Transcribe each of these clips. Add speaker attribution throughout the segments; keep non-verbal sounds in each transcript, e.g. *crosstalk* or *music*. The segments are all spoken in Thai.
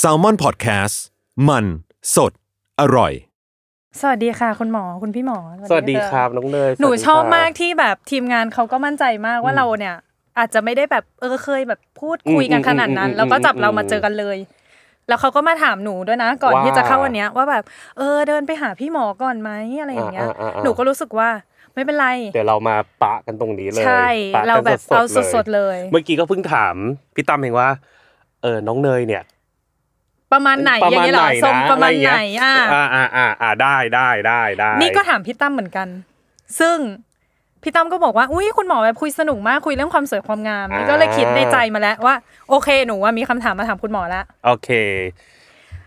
Speaker 1: s a l ม o n PODCAST มันสดอร่อย
Speaker 2: สวัสดีค่ะ คุณหมอคุณพี่หมอ
Speaker 3: สวัสดีครับน้องเนย
Speaker 2: หนู
Speaker 3: สวัสดี
Speaker 2: ชอบ
Speaker 3: ครับ
Speaker 2: มากที่แบบทีมงานเขาก็มั่นใจมากว่าเราเนี่ย อาจจะไม่ได้แบบเออเคยแบบพูดคุยกันขนาดนั้น แล้วก็จับเรามาเจอกันเลย แล้วเขาก็มาถามหนูด้วยนะ ก่อนที่จะเข้าวันเนี้ยว่าแบบเออเดินไปหาพี่หมอก่อนไหมอะไรอย่างเงี้ย หนูก็รู้สึกว่าไม่เป็นไร
Speaker 3: เดี๋ยวเรามาปะกันตรงนี้เลย
Speaker 2: ใช่
Speaker 3: ปะกัน
Speaker 2: เราแบบเอา
Speaker 3: ๆ
Speaker 2: สดๆเลย
Speaker 3: เมื่อกี้ก็เพิ่งถามพี่ตั้มเองว่า เออน้องเนยเนี่ย
Speaker 2: ประมาณไหนอย่างเงี้ยเหรอทรงประมาณไหนอ่ะ
Speaker 3: อ่าอ่าอ่าอ่าได้ได้ได้ได้
Speaker 2: นี่ก็ถามพี่ตั้มเหมือนกัน ซึ่งพี่ตั้มก็บอกว่า อุ้ยคุณหมอแบบคุยสนุกมากคุยเรื่องความสวยความงาม นี่ก็เลยคิดในใจมาแล้วว่า โอเคหนูว่ามีคำถามมาถามคุณหมอละ
Speaker 3: โอเค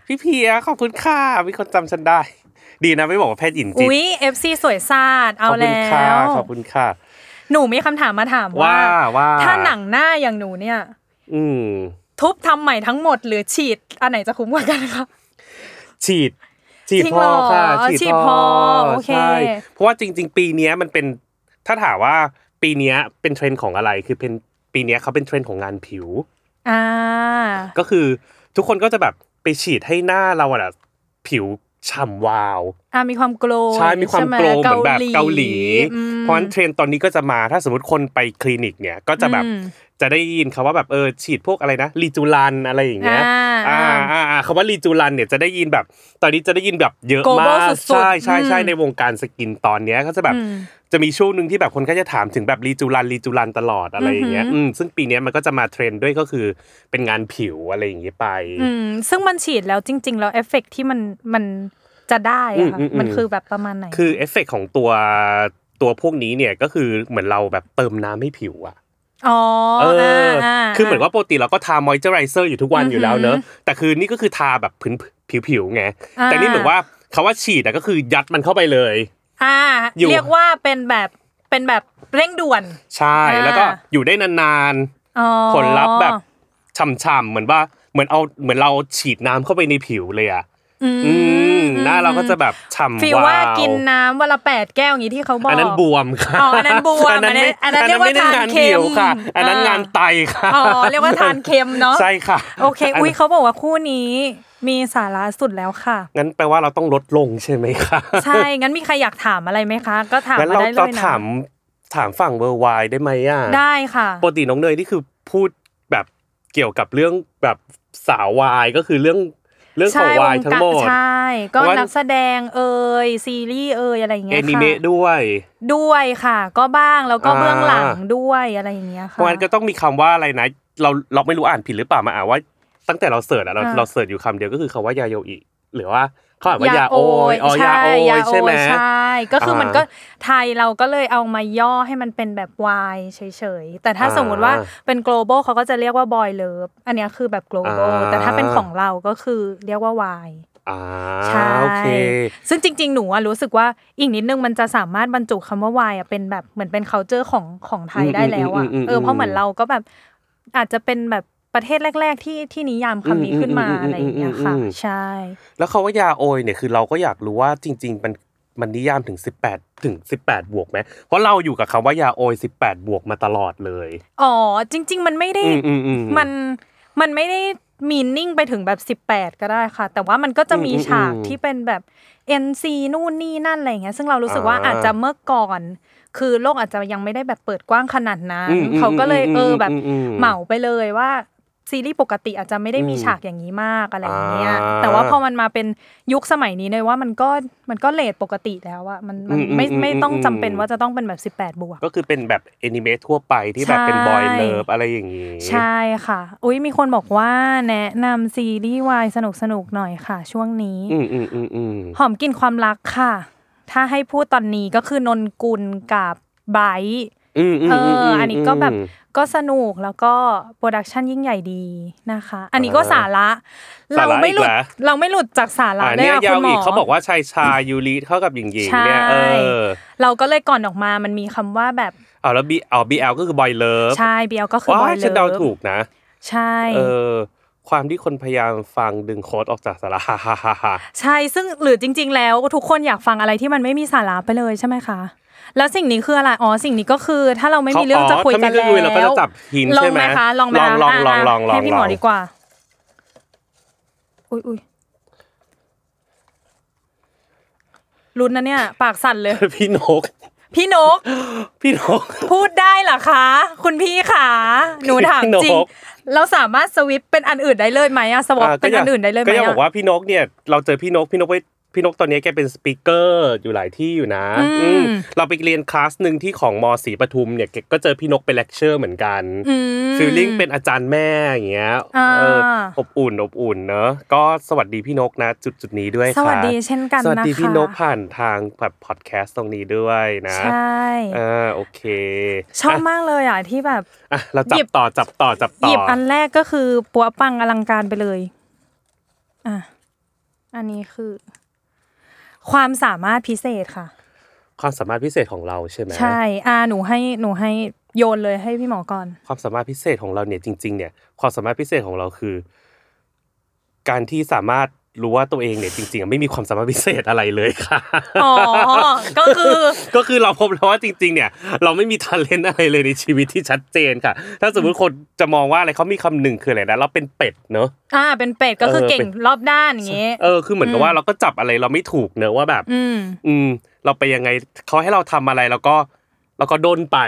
Speaker 3: พี่เพียขอบคุณค่ะมีคนจำฉันได้ ดีนะไม่บอกว่าแพทย์หญิงจิต
Speaker 2: อุ้ยเอฟซีสวยซาด
Speaker 3: ข
Speaker 2: เอา
Speaker 3: อบคุณ
Speaker 2: แล้
Speaker 3: ค่ะ
Speaker 2: ว
Speaker 3: ขอบคุณค่ะ
Speaker 2: หนูมีคำถามมาถามว่า
Speaker 3: ว่าว่า
Speaker 2: ถ้าหนังหน้าอย่างหนูเนี่ย
Speaker 3: อืม
Speaker 2: ทุบทำใหม่ทั้งหมดหรือฉีดอันไหนจะคุ้มกว่ากันคะ
Speaker 3: ฉีด ฉีด
Speaker 2: จริง
Speaker 3: พอ
Speaker 2: เหรอ
Speaker 3: ค่ะ
Speaker 2: ฉีดพอโอเค
Speaker 3: ใช่เพราะว่าจริง ๆ ปีเนี้ยมันเป็นถ้าถามว่าปีเนี้ยเป็นเทรนด์ของอะไรคือเป็นปีเนี้ยเขาเป็นเทรนด์ของงานผิว
Speaker 2: อ่า
Speaker 3: ก็คือทุกคนก็จะแบบไปฉีดให้หน้าเราอะผิวฉ่ำวาว
Speaker 2: อ่ามีความโกลว์
Speaker 3: ใช่มีความ
Speaker 2: ใช่ไ
Speaker 3: โกลเหมือนแบบเกาหลี
Speaker 2: อืม
Speaker 3: เพราะฉะนั้นเทรนด์ตอนนี้ก็จะมาถ้าสมมติคนไปคลินิกเนี่ยก็จะแบบ
Speaker 2: อืม
Speaker 3: จะได้ยินคำว่าแบบเออฉีดพวกอะไรนะลีจูลันอะไรอย่างเงี้ย
Speaker 2: อ่า
Speaker 3: อ่าอ่าอ่าคำว่าลีจูรันเนี่ยจะได้ยินแบบ ตอนนี้จะได้ยินแบบเยอะมา
Speaker 2: Global
Speaker 3: ก
Speaker 2: สุดๆ
Speaker 3: ใช่ใช่ใช่
Speaker 2: อืม
Speaker 3: ในวงการสกินตอนเนี้ยก็จะแบบ
Speaker 2: อืม
Speaker 3: จะมีช่วงหนึ่งที่แบบคนก็จะถามถึงแบบลีจูรันลีจูรันตลอดอะไรอย่างเงี้ย
Speaker 2: อือหืออื
Speaker 3: มซึ่งปีเนี้ยมันก็จะมาเทรนด์ด้วยก็คือเป็นงานผิวอะไรอย่างเงี้ยไป
Speaker 2: อืมซึ่งมันฉีดแล้วจริง ๆ แล้วเอฟเฟกต์ที่มันมันจะได้อะค่ะ
Speaker 3: อืมอืมอืม
Speaker 2: มันคือแบบประมาณไหน
Speaker 3: คือเอฟเฟกต์ของตัวตัวพวกนี้เนี่ยก็คือเหมือนเราแบบเติมน้ำให้ผิวอะ
Speaker 2: อ๋อ
Speaker 3: เอ
Speaker 2: อา
Speaker 3: ออ
Speaker 2: า
Speaker 3: คือเหมือนว่าปกติเราก็ทามอยเจอไรเซอร์อยู่ทุกวันอยู่แล้วเนอะ
Speaker 2: อือหื
Speaker 3: แต่คือนี่ก็คือทาแบบผืนผิวๆไง
Speaker 2: อ่า
Speaker 3: แต่นี่เหมือนว่าคำว่าฉีดอะก็คือยัดมันเข้าไปเลย
Speaker 2: อ่า
Speaker 3: อยู่
Speaker 2: เรียกว่าเป็นแบบเป็นแบบเร่งด่วน
Speaker 3: ใช่
Speaker 2: อ่า
Speaker 3: แล้วก็อยู่ได้นาน
Speaker 2: อ๋อ
Speaker 3: ๆ ผลลัพธ์แบบฉ่ำๆเหมือนว่าเหมือนเอาเหมือนเราฉีดน้ำเข้าไปในผิวเลยอ่ะ
Speaker 2: อืม
Speaker 3: อืมหน้าเราก็จะแบบฉ่ำ
Speaker 2: ฟีลว่ากิน
Speaker 3: ว
Speaker 2: น้ำวันละแปดแก้วอย่างนี้ที่เขาบอก
Speaker 3: าวอันนั้นบวมค่ะ
Speaker 2: อ๋ออันนั้นบวม
Speaker 3: อันนั้นไม่
Speaker 2: อั
Speaker 3: อั
Speaker 2: น
Speaker 3: น
Speaker 2: นั้นอันนั้น
Speaker 3: นั้นไม่ได้
Speaker 2: เรียกว่าง
Speaker 3: านผิ
Speaker 2: ทานเค็ม
Speaker 3: วค่ะ อันนั้น
Speaker 2: อ่าง
Speaker 3: งานไตค่ะ
Speaker 2: อ๋อเรียกว่าทานเค็มเนาะ
Speaker 3: ใช่ค่ะ
Speaker 2: โอเค
Speaker 3: น
Speaker 2: อุ้ยเขาบอกว่าคู่นี้มีสาระสุดแล้วค่ะ
Speaker 3: งั้นแปลว่าเราต้องลดลงใช่ไหมคะ
Speaker 2: ใช่ งั้นมีใครอยากถามอะไรไหมคะ ก็ถาม
Speaker 3: งั้น
Speaker 2: มา
Speaker 3: เรา
Speaker 2: ได้เล
Speaker 3: เรา
Speaker 2: ยนะ
Speaker 3: ถามถามฝั่งเวอร์ไวได้ไหมอ่ะ
Speaker 2: ได้ค่ะ
Speaker 3: ปกติน้องเนยนี่คือพูดแบบเกี่ยวกับเรื่องแบบสาววายก็คือเรื่องเรื่องของวายทั้งหม
Speaker 2: วง
Speaker 3: ด
Speaker 2: การใช่ก็
Speaker 3: เพราะว่านั
Speaker 2: นักแสดงเอ่ยซีรีส์เอ่ยอะไรอย่าง
Speaker 3: แอ
Speaker 2: เงี้ย
Speaker 3: นิ
Speaker 2: ค่ะ
Speaker 3: เมะด้วย
Speaker 2: ด้วยค่ะ ก็บ้างแล้วก็
Speaker 3: อ่า
Speaker 2: เบื้องหลังด้วยอะไรอย่างเงี้ย
Speaker 3: เพ
Speaker 2: ค่ะ
Speaker 3: ราะงั้นก็ต้องมีคำว่าอะไรนะ เราเราไม่รู้อ่านผิดหรือเปล่ามาอ่านว่า ตั้งแต่เราเสิร์ชอะเรา
Speaker 2: อ่า
Speaker 3: เราเสิร์ชอยู่คำเดียวก็คือคำว่ายาโยอิหรือว่าเขาอ่านว่ายาโอย ยอ๋อยา
Speaker 2: ใช่
Speaker 3: โอย
Speaker 2: ยาโอ
Speaker 3: ใช่ไหม
Speaker 2: ยใช่ ก็คืออา
Speaker 3: มั
Speaker 2: มันก็ไทยเราก็เลยเอามาย่อให้มันเป็นแบบวายเฉยๆ แต่ถ้า
Speaker 3: อ่า
Speaker 2: สมมติว่าเป็น global เขาก็จะเรียกว่า boy love อันเนี้ยคือแบบ global
Speaker 3: อ่า
Speaker 2: แต่ถ้าเป็นของเราก็คือเรียกว่าวาย
Speaker 3: อ่า
Speaker 2: ใช่
Speaker 3: โอเค
Speaker 2: ซึ่งจริง ๆ หนูอะรู้สึกว่าอีกนิดนึงมันจะสามารถบรรจุคำว่าวายอะเป็นแบบเหมือนเป็น c u เจอร์ของของไทย
Speaker 3: อืม
Speaker 2: ได้แล้วอะ
Speaker 3: อืมอืมอืม
Speaker 2: เออเพราะเหมือนเราก็แบบอาจจะเป็นแบบประเทศแรก ๆ ที่ที่นิยามคำนี้ขึ้นมา
Speaker 3: อืมอืมอืม
Speaker 2: อะไรอย่างเงี้ยค่ะ
Speaker 3: อืมอืม
Speaker 2: ใช่
Speaker 3: แล้วคาว่ายาโอยเนี่ยคือเราก็อยากรู้ว่าจริง ๆ มันมันนิยามถึง 18 ถึง 18 บวกไหมเพราะเราอยู่กับคำว่ายาโอย 18 บวกมาตลอดเลย
Speaker 2: อ๋อ จริง ๆ มันไม่ได้
Speaker 3: อืมอืมอืม
Speaker 2: มันมันไม่ได้มีนิ่งไปถึงแบบ 18 ก็ได้ค่ะ แต่ว่ามันก็จะมี
Speaker 3: อืมอืม
Speaker 2: ฉาก
Speaker 3: อืม
Speaker 2: ที่เป็นแบบ NC นู่นนี่นั่นอะไรอย่างเงี้ยซึ่งเรารู้สึกว่า
Speaker 3: อ่า
Speaker 2: อาจจะเมื่อก่อน คือโลกอาจจะยังไม่ได้แบบเปิดกว้างขนาดนั้น
Speaker 3: อืมอืม
Speaker 2: เขาก็เลย
Speaker 3: อืม
Speaker 2: เอออ
Speaker 3: ม
Speaker 2: แบบ
Speaker 3: อืม
Speaker 2: เหมาไปเลยว่าซีรีส์ปกติอาจจะไม่ได้มี
Speaker 3: อืม
Speaker 2: ฉากอย่างนี้มากอะไรอย่างเงี้ย
Speaker 3: อ่า
Speaker 2: แต่ว่าพอมันมาเป็นยุคสมัยนี้เลยว่ามันก็มันก็เลทปกติแล้วอะมันมัน
Speaker 3: อืมอืม
Speaker 2: ไม่
Speaker 3: อืม
Speaker 2: ไม่ต้อง
Speaker 3: อืม
Speaker 2: จำเป็นว่าจะต้องเป็นแบบ 18 บวก
Speaker 3: ก็คือเป็นแบบแอนิเมะทั่วไปที่แบบเป็น
Speaker 2: ใช่
Speaker 3: บอยเลิฟอะไรอย่างนี้
Speaker 2: ใช่ค่ะ อุ้ยมีคนบอกว่าแนะนำซีรีส์วายสนุกสนุกๆหน่อยค่ะ ช่วงนี้
Speaker 3: อืมอืมอืมอืม
Speaker 2: หอมกลินความรักค่ะ ถ้าให้พูดตอนนี้ก็คือนนกุลกับไบรท์
Speaker 3: อืมอืม
Speaker 2: เอ
Speaker 3: ม
Speaker 2: อ
Speaker 3: ม
Speaker 2: อันนี้ก็แบบ
Speaker 3: อืม
Speaker 2: ก็สนุกแล้วก็โปรดักชันยิ่งใหญ่ดีนะคะ อันนี้ก็
Speaker 3: อ่า
Speaker 2: สาระ
Speaker 3: สา
Speaker 2: เรา
Speaker 3: ระ
Speaker 2: ไม่หลุด
Speaker 3: อีกเหรอ
Speaker 2: เราไม่หลุดจากสาระ
Speaker 3: อ่า
Speaker 2: เลย
Speaker 3: เนี่ย
Speaker 2: อะ
Speaker 3: ยา
Speaker 2: คุ
Speaker 3: ว
Speaker 2: ณหม
Speaker 3: อีก
Speaker 2: อ
Speaker 3: เขาบอกว่าชายชายยูริเท่ากับหญิงหญิงเนี่ย
Speaker 2: ใช่
Speaker 3: เออ
Speaker 2: เราก็เลยก่อนออกมามันมีคำว่าแบบ
Speaker 3: เอาแล้วบีเอาบีแอลก็คือบอยเลิฟ
Speaker 2: ชายเบียวก็คือบ
Speaker 3: ว้า
Speaker 2: อย
Speaker 3: ฉัน
Speaker 2: เล
Speaker 3: เดาย ถูกนะ
Speaker 2: ใช่
Speaker 3: เออความที่คนพยายามฟังดึงโค้ดออกจากสาระ *laughs* ฮ่าฮ่าฮ่าฮ่า
Speaker 2: ใช่ซึ่งหรือจริง ๆ แล้วทุกคนอยากฟังอะไรที่มันไม่มีสาระไปเลยใช่ไหมคะ แล้วสิ่งนี้คืออะไรอ๋อสิ่งนี้ก็คือ ถ้าเราไม่มีเรื่องจะคุยกัน
Speaker 3: เขา
Speaker 2: แล้
Speaker 3: อ๋อถ้าไม่มีเรื่องคุยเราก็
Speaker 2: ว
Speaker 3: จะจับหิน
Speaker 2: ลอ
Speaker 3: ใช่
Speaker 2: ง
Speaker 3: ไห
Speaker 2: ไห
Speaker 3: ม
Speaker 2: มคะลองไหม
Speaker 3: ลอง
Speaker 2: คะ
Speaker 3: ลองลอ
Speaker 2: ะะ
Speaker 3: งลองลอง
Speaker 2: ให้พี่หมอดีกว่า อุ้ยอุ้ยลุ้นนะเนี่ย ปากสั่นเลย
Speaker 3: *laughs* *laughs* พี่นก
Speaker 2: พี่นก
Speaker 3: พี่นก
Speaker 2: พูดได้เหรอคะ คุณพี่ขาหนูถาม
Speaker 3: พี่นก
Speaker 2: จริง เราสามารถสวิปเป็นอันอื่นได้เลยไหมอะสวอป
Speaker 3: อ่ะ
Speaker 2: เป็น
Speaker 3: ยา
Speaker 2: อั
Speaker 3: ก
Speaker 2: นอื่นได้เลยไหม
Speaker 3: ก็อยาก
Speaker 2: อะ
Speaker 3: บอกว่าพี่นกเนี่ยเราเจอพี่นกพี่นกไปพี่นกตอนนี้แกเป็นสปีกเกอร์อยู่หลายที่อยู่นะ
Speaker 2: อืม
Speaker 3: อืมเราไปเรียนคลาสหนึ่งที่ของมศรีปทุมเนี่ยแกก็เจอพี่นกเป็นเลคเชอร์เหมือนกัน
Speaker 2: อืม
Speaker 3: ฟีลลิ่งเป็นอาจารย์แม่อย่างเงี้ย
Speaker 2: อ่า
Speaker 3: เอออบอุ่นอบอุ่นเนอะก็สวัสดีพี่นกนะ จุดจุดๆนี้ด้วย
Speaker 2: ส
Speaker 3: ค่ะ
Speaker 2: วัสดีเช่นกัน
Speaker 3: สวัส
Speaker 2: นะ
Speaker 3: ดี
Speaker 2: คะ
Speaker 3: พี่นกผ่านทางแบบพอดแคสต์ตรงนี้ด้วยนะ
Speaker 2: ใช่
Speaker 3: อ่าโอเค
Speaker 2: ชอบ
Speaker 3: ะ
Speaker 2: มากเลยอ่ะที่แบบ
Speaker 3: อ่ะเราจั
Speaker 2: หยิ
Speaker 3: บบ ต่อจับต่อจับ
Speaker 2: ห
Speaker 3: ต่อ
Speaker 2: ยิบอันแรกก็คือปัวปังอลังการไปเลย อ่ะ อันนี้คือ ความสามารถพิเศษค่ะ
Speaker 3: ความสามารถพิเศษของเราใช่ไหม
Speaker 2: ใช่ อ่าหนูให้หนูให้โยนเลยให้พี่หมอก่อน
Speaker 3: ความสามารถพิเศษของเราเนี่ยจริง ๆ เนี่ยความสามารถพิเศษของเราคือ การที่สามารถรู้ว่าตัวเองเนี่ยจริงๆอ่ะไม่มีความสามารถพิเศษอะไรเลยค่ะ
Speaker 2: อ๋อ ก็คือ
Speaker 3: *laughs* ก็คือเราพบแล้วว่าจริง ๆ เนี่ย เราไม่มีท a เลนอะไรเลยในชีวิตที่ชัดเจนค่ะ ถ้าสมมติคนจะมองว่าอะไรเขามีคำหนึ่งคืออะไรนะเราเป็นเป็ดเนอะ
Speaker 2: อ่า เป็นเป็ดก็คือ
Speaker 3: เออ
Speaker 2: เก่ง
Speaker 3: เป็น
Speaker 2: รอบด้านอย่างเงี้ย
Speaker 3: เออคือเหมือนกับว่าเราก็จับอะไรเราไม่ถูกเนอะว่าแบบ
Speaker 2: อืม
Speaker 3: อืม เราไปยังไงเขาให้เราทำอะไรเราก็เราก็โดนไป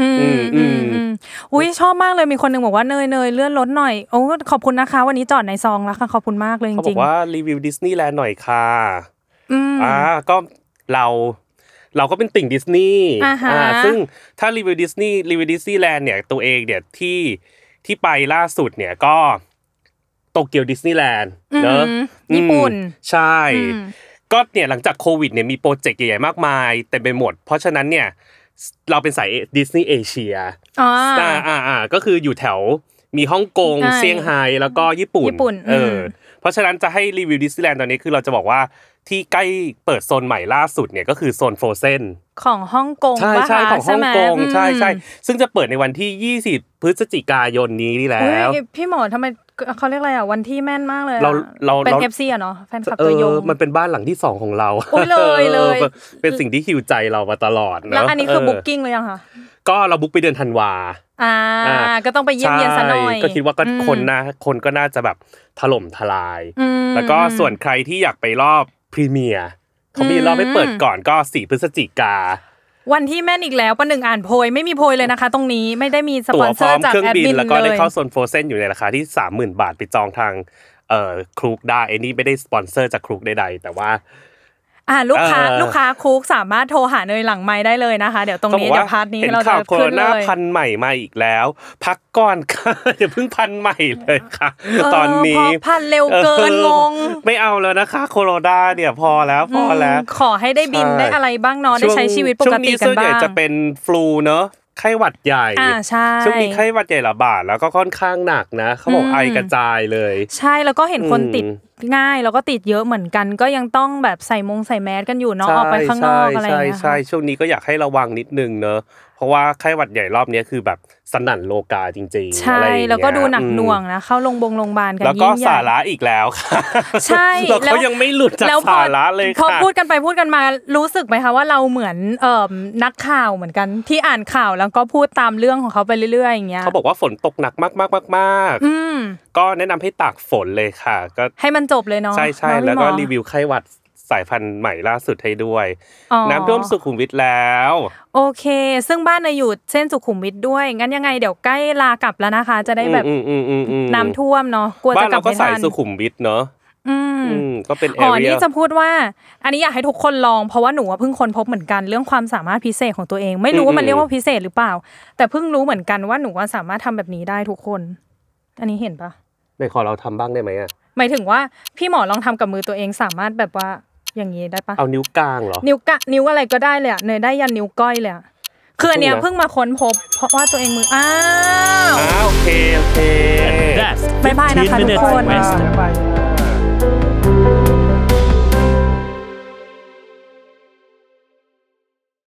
Speaker 2: อื
Speaker 3: อื
Speaker 2: ม
Speaker 3: ม
Speaker 2: อืม
Speaker 3: อืม
Speaker 2: อืมอุ้ยชอบมากเลยมีคนหนึ่งบอกว่าเนยเนยเลื่อนรถหน่อยโอ้ขอบคุณนะคะ วันนี้จอดในซองแล้วค่ะขอบคุณมากเลยจ
Speaker 3: เขาบอ
Speaker 2: ริง
Speaker 3: กว่ารีวิวดิสนีย์แลนด์หน่อยค่ะ
Speaker 2: ๆอืม
Speaker 3: อ่าก็เราเราก็เป็นติ่งดิสนีย์
Speaker 2: อ่าฮะ
Speaker 3: ซึ่งถ้ารีวิวดิสนีย์รีวิวดิสนีย์แลนด์เนี่ยตัวเองเนี่ยที่ที่ไปล่าสุดเนี่ยก็โตเกียวดิสนีย์แลนด์เนอะ
Speaker 2: อืมญี่ปุ่น
Speaker 3: อืมใช่
Speaker 2: อืม
Speaker 3: ก็เนี่ยหลังจากโควิดเนี่ยมีโปรเจกต์ใหญ่ๆมากมายเต็มไปหมด เพราะฉะนั้นเนี่ยเราเป็นสายดิสนีย์เอเชีย
Speaker 2: อ่า
Speaker 3: อ่าอ่าอ่าก็คืออยู่แถวมีฮ่องกง
Speaker 2: ใช่
Speaker 3: เซี่ยงไฮ้แล้วก็ญี่ปุ่น
Speaker 2: ญี่ปุ่น
Speaker 3: เอ
Speaker 2: ม
Speaker 3: ออ เพราะฉะนั้นจะให้รีวิวดิสนีย์แลนด์ตอนนี้คือเราจะบอกว่าที่ใกล้เปิดโซนใหม่ล่าสุดเนี่ยก็คือโซนโฟรเซน
Speaker 2: ของฮ่องกง
Speaker 3: ใช่
Speaker 2: ปะ
Speaker 3: ใช่
Speaker 2: คะ
Speaker 3: ของฮ่อง
Speaker 2: ไหม
Speaker 3: กงใช่ใช่
Speaker 2: อืม
Speaker 3: ซึ่งจะเปิดในวันที่ 20 พฤศจิกายนนี้นี่
Speaker 2: อ
Speaker 3: แล้
Speaker 2: ุ๊ยว พี่หมอทำไมเขาเรียกอะไรอ่ะวันที่แม่นมากเลยอะ
Speaker 3: เราเรา
Speaker 2: เป็น
Speaker 3: เรา
Speaker 2: เอฟซีอ่ะเนาะแฟนคลับ
Speaker 3: เอ
Speaker 2: ตัวยง
Speaker 3: อมันเป็นบ้านหลังที่สองของเรา
Speaker 2: อุ๊ยเลยเลย
Speaker 3: ออเป็นสิ่งที่ฮิวใจเรามาตลอดเะ
Speaker 2: แล้วอันนี้คือ
Speaker 3: เ
Speaker 2: บุ๊กิ้งเลยยังคะ
Speaker 3: ก็เราบุ๊กไปเดือนธันวา
Speaker 2: อ่า ก็ต้องไปเยี่ยมเยียนซะหน่อย
Speaker 3: ใช่ก็คิดว่าก็
Speaker 2: อืม
Speaker 3: คนน่าคนก็น่าจะแบบถล่มทลาย
Speaker 2: อืม
Speaker 3: แล้วก็ส่วนใครที่อยากไปรอบพรีเมียร์เขามีรอบให้เปิดก่อนก็ 4 พฤศจิกา
Speaker 2: วันที่แม่นอีกแล้วประหนึ่งอ่านโพยไม่มีโพยเลยนะคะ ตรงนี้ไม่ได้มีส
Speaker 3: ตั๋
Speaker 2: ป
Speaker 3: ว
Speaker 2: อนเซ
Speaker 3: พ
Speaker 2: อ
Speaker 3: ร้อ
Speaker 2: ร์
Speaker 3: ม
Speaker 2: จาก
Speaker 3: เครื่อง
Speaker 2: แอด
Speaker 3: บิน
Speaker 2: มิน
Speaker 3: แล้วก็
Speaker 2: เล
Speaker 3: ได้
Speaker 2: ย
Speaker 3: เข้าโซนโฟรเซนอยู่ในราคาที่ 30,000 บาทไปจองทางเอ่อครูกได้อันนี้ไม่ได้สปอนเซอร์จากครูกใดๆแต่ว่า
Speaker 2: อ่าลูกค้า
Speaker 3: เออ
Speaker 2: ลูกค้าคุกสามารถโทรหาเนยหลังไม้ได้เลยนะคะ เดี๋ยวตรง
Speaker 3: เขาบอ
Speaker 2: นี้
Speaker 3: ก
Speaker 2: เดี๋
Speaker 3: ว่า
Speaker 2: ยวพาร์ทนี้
Speaker 3: เห็น
Speaker 2: เรา
Speaker 3: ข่า
Speaker 2: จะ
Speaker 3: วโคโร
Speaker 2: ขึ้นเล
Speaker 3: นาย พันธุ์ใหม่มาอีกแล้ว พักก่อนค่ะ *laughs* อย่าเพิ่งพันธุ์ใหม่เลยค่ะ
Speaker 2: เออ
Speaker 3: ตอนนี้
Speaker 2: พอพันธุ์เร็วเกินงง
Speaker 3: เออไม่เอาแล้วนะคะ โคโรนาเนี่ยพอแล้วพอแล้ว
Speaker 2: มขอให้ได้บิน
Speaker 3: ใช่
Speaker 2: ได้อะไรบ้างเนอนได้ใช้ชีวิตปกติกัน
Speaker 3: ช่วงนี้ส่วนให
Speaker 2: บ้า
Speaker 3: ญ่
Speaker 2: ง
Speaker 3: จะเป็นฟลูเนอะไข้หวัดใหญ่
Speaker 2: อ่าใช่
Speaker 3: ช่วงนี้ไข้หวัดใหญ่ระบาดแล้วก็ค่อนข้างหนักนะเขาบอกไอกระจายเลย
Speaker 2: ใช่แล้วก็เห็นคน
Speaker 3: อืม
Speaker 2: ติดง่ายแล้วก็ติดเยอะเหมือนกัน ก็ยังต้องแบบใส่มงใส่แมสกันอยู่เนาะออกไปข้างนอกอะไรอ
Speaker 3: ใช่
Speaker 2: ย่างเงี้ย
Speaker 3: ใช่
Speaker 2: ค่ะ
Speaker 3: ช่วงนี้ก็อยากให้ระวังนิดนึงเนอะเพราะว่าไข้หวัดใหญ่รอบเนี้ยคือแบบสนั่นโลกาจริงๆ
Speaker 2: ใช่
Speaker 3: อะไรอย่างเงี้ย
Speaker 2: แล้วก็ดูหนักหน่วง
Speaker 3: อื
Speaker 2: นะเข้าโรงพยาบงโรงพยาบาล
Speaker 3: ม
Speaker 2: กัน
Speaker 3: แล้วก็
Speaker 2: ยิ่งให
Speaker 3: สา
Speaker 2: ญ่
Speaker 3: ระอีกแล้วค่ะ
Speaker 2: ใช่
Speaker 3: *laughs* เรา
Speaker 2: แล้ว
Speaker 3: เขายังไม่หลุดจาก
Speaker 2: แล้วพอ
Speaker 3: สาระเลย
Speaker 2: พอ
Speaker 3: ค่ะ
Speaker 2: พูดกันไปพูดกันมารู้สึกไหมคะว่าเราเหมือนเอ่มนักข่าวเหมือนกันที่อ่านข่าวแล้วก็พูดตามเรื่องของเขาไปเรื่อยๆอย่างเงี้ย
Speaker 3: เขาบอกว่าฝนตกหนักมากๆมาก
Speaker 2: อืม
Speaker 3: ๆก็แนะนำให้ตากฝนเลยค่ะ ก็
Speaker 2: ให้มันจบเลยเนาะ
Speaker 3: ใช่ใช่
Speaker 2: เนาะพี่
Speaker 3: แล้ว
Speaker 2: หม
Speaker 3: ก็
Speaker 2: อ
Speaker 3: รีวิวไข้หวัดสายพันธุ์ใหม่ล่าสุดให้ด้วย
Speaker 2: อ๋อ
Speaker 3: น้ำท่วมสุขุมวิทแล้ว
Speaker 2: โอเค ซึ่งบ้านเนยอยู่เส้นสุขุมวิทด้วยงั้นยังไงเดี๋ยวใกล้ลากลับแล้วนะคะ จะได้แบบ
Speaker 3: อืมอืมอืมอืมอืม
Speaker 2: น้ำท่วมเนาะกลัว
Speaker 3: บ้า
Speaker 2: จะ
Speaker 3: น
Speaker 2: กลั
Speaker 3: เรา
Speaker 2: บ
Speaker 3: ก็
Speaker 2: ไม่
Speaker 3: สา
Speaker 2: ทั
Speaker 3: ย
Speaker 2: น
Speaker 3: สุขุมวิทเนอะ
Speaker 2: อืม
Speaker 3: อืมก็เป็นแอ
Speaker 2: อ๋อ
Speaker 3: เรีย
Speaker 2: นี่จะพูดว่า อันนี้อยากให้ทุกคนลองเพราะว่าหนูอะเพิ่งค้นพบเหมือนกันเรื่องความสามารถพิเศษของตัวเอง ไม่รู้
Speaker 3: อืม
Speaker 2: ว่ามัน
Speaker 3: อืม
Speaker 2: เรียกว่าพิเศษหรือเปล่า แต่เพิ่งรู้เหมือนกันว่าหนูว่าสามารถทำแบบนี้ได้ทุกคน อันนี้เห็นปะ
Speaker 3: ไหนขอเราทำบ้างได้ไหมอะ
Speaker 2: หมายถึงว่าพี่หมอลองทำกับมือตัวเองสามารถแบบว่าอย่างนี้ได้ปะ
Speaker 3: เอานิ้วกลางเหรอ
Speaker 2: นิ้วกะนิ้วอะไรก็ได้เลยอะเนยได้ยันนิ้วก้อยเลยอะคืออันเนี้ย
Speaker 3: จริงเหรอ
Speaker 2: เพิ่งมาค้นพบ เพราะว่าตัวเองมืออ้าว
Speaker 3: อ้าวโอเค โอเค
Speaker 4: That's
Speaker 2: บ๊ายบายนะคะ
Speaker 4: 15 minutes
Speaker 2: ทุกคน
Speaker 4: west.
Speaker 3: บ๊ายบาย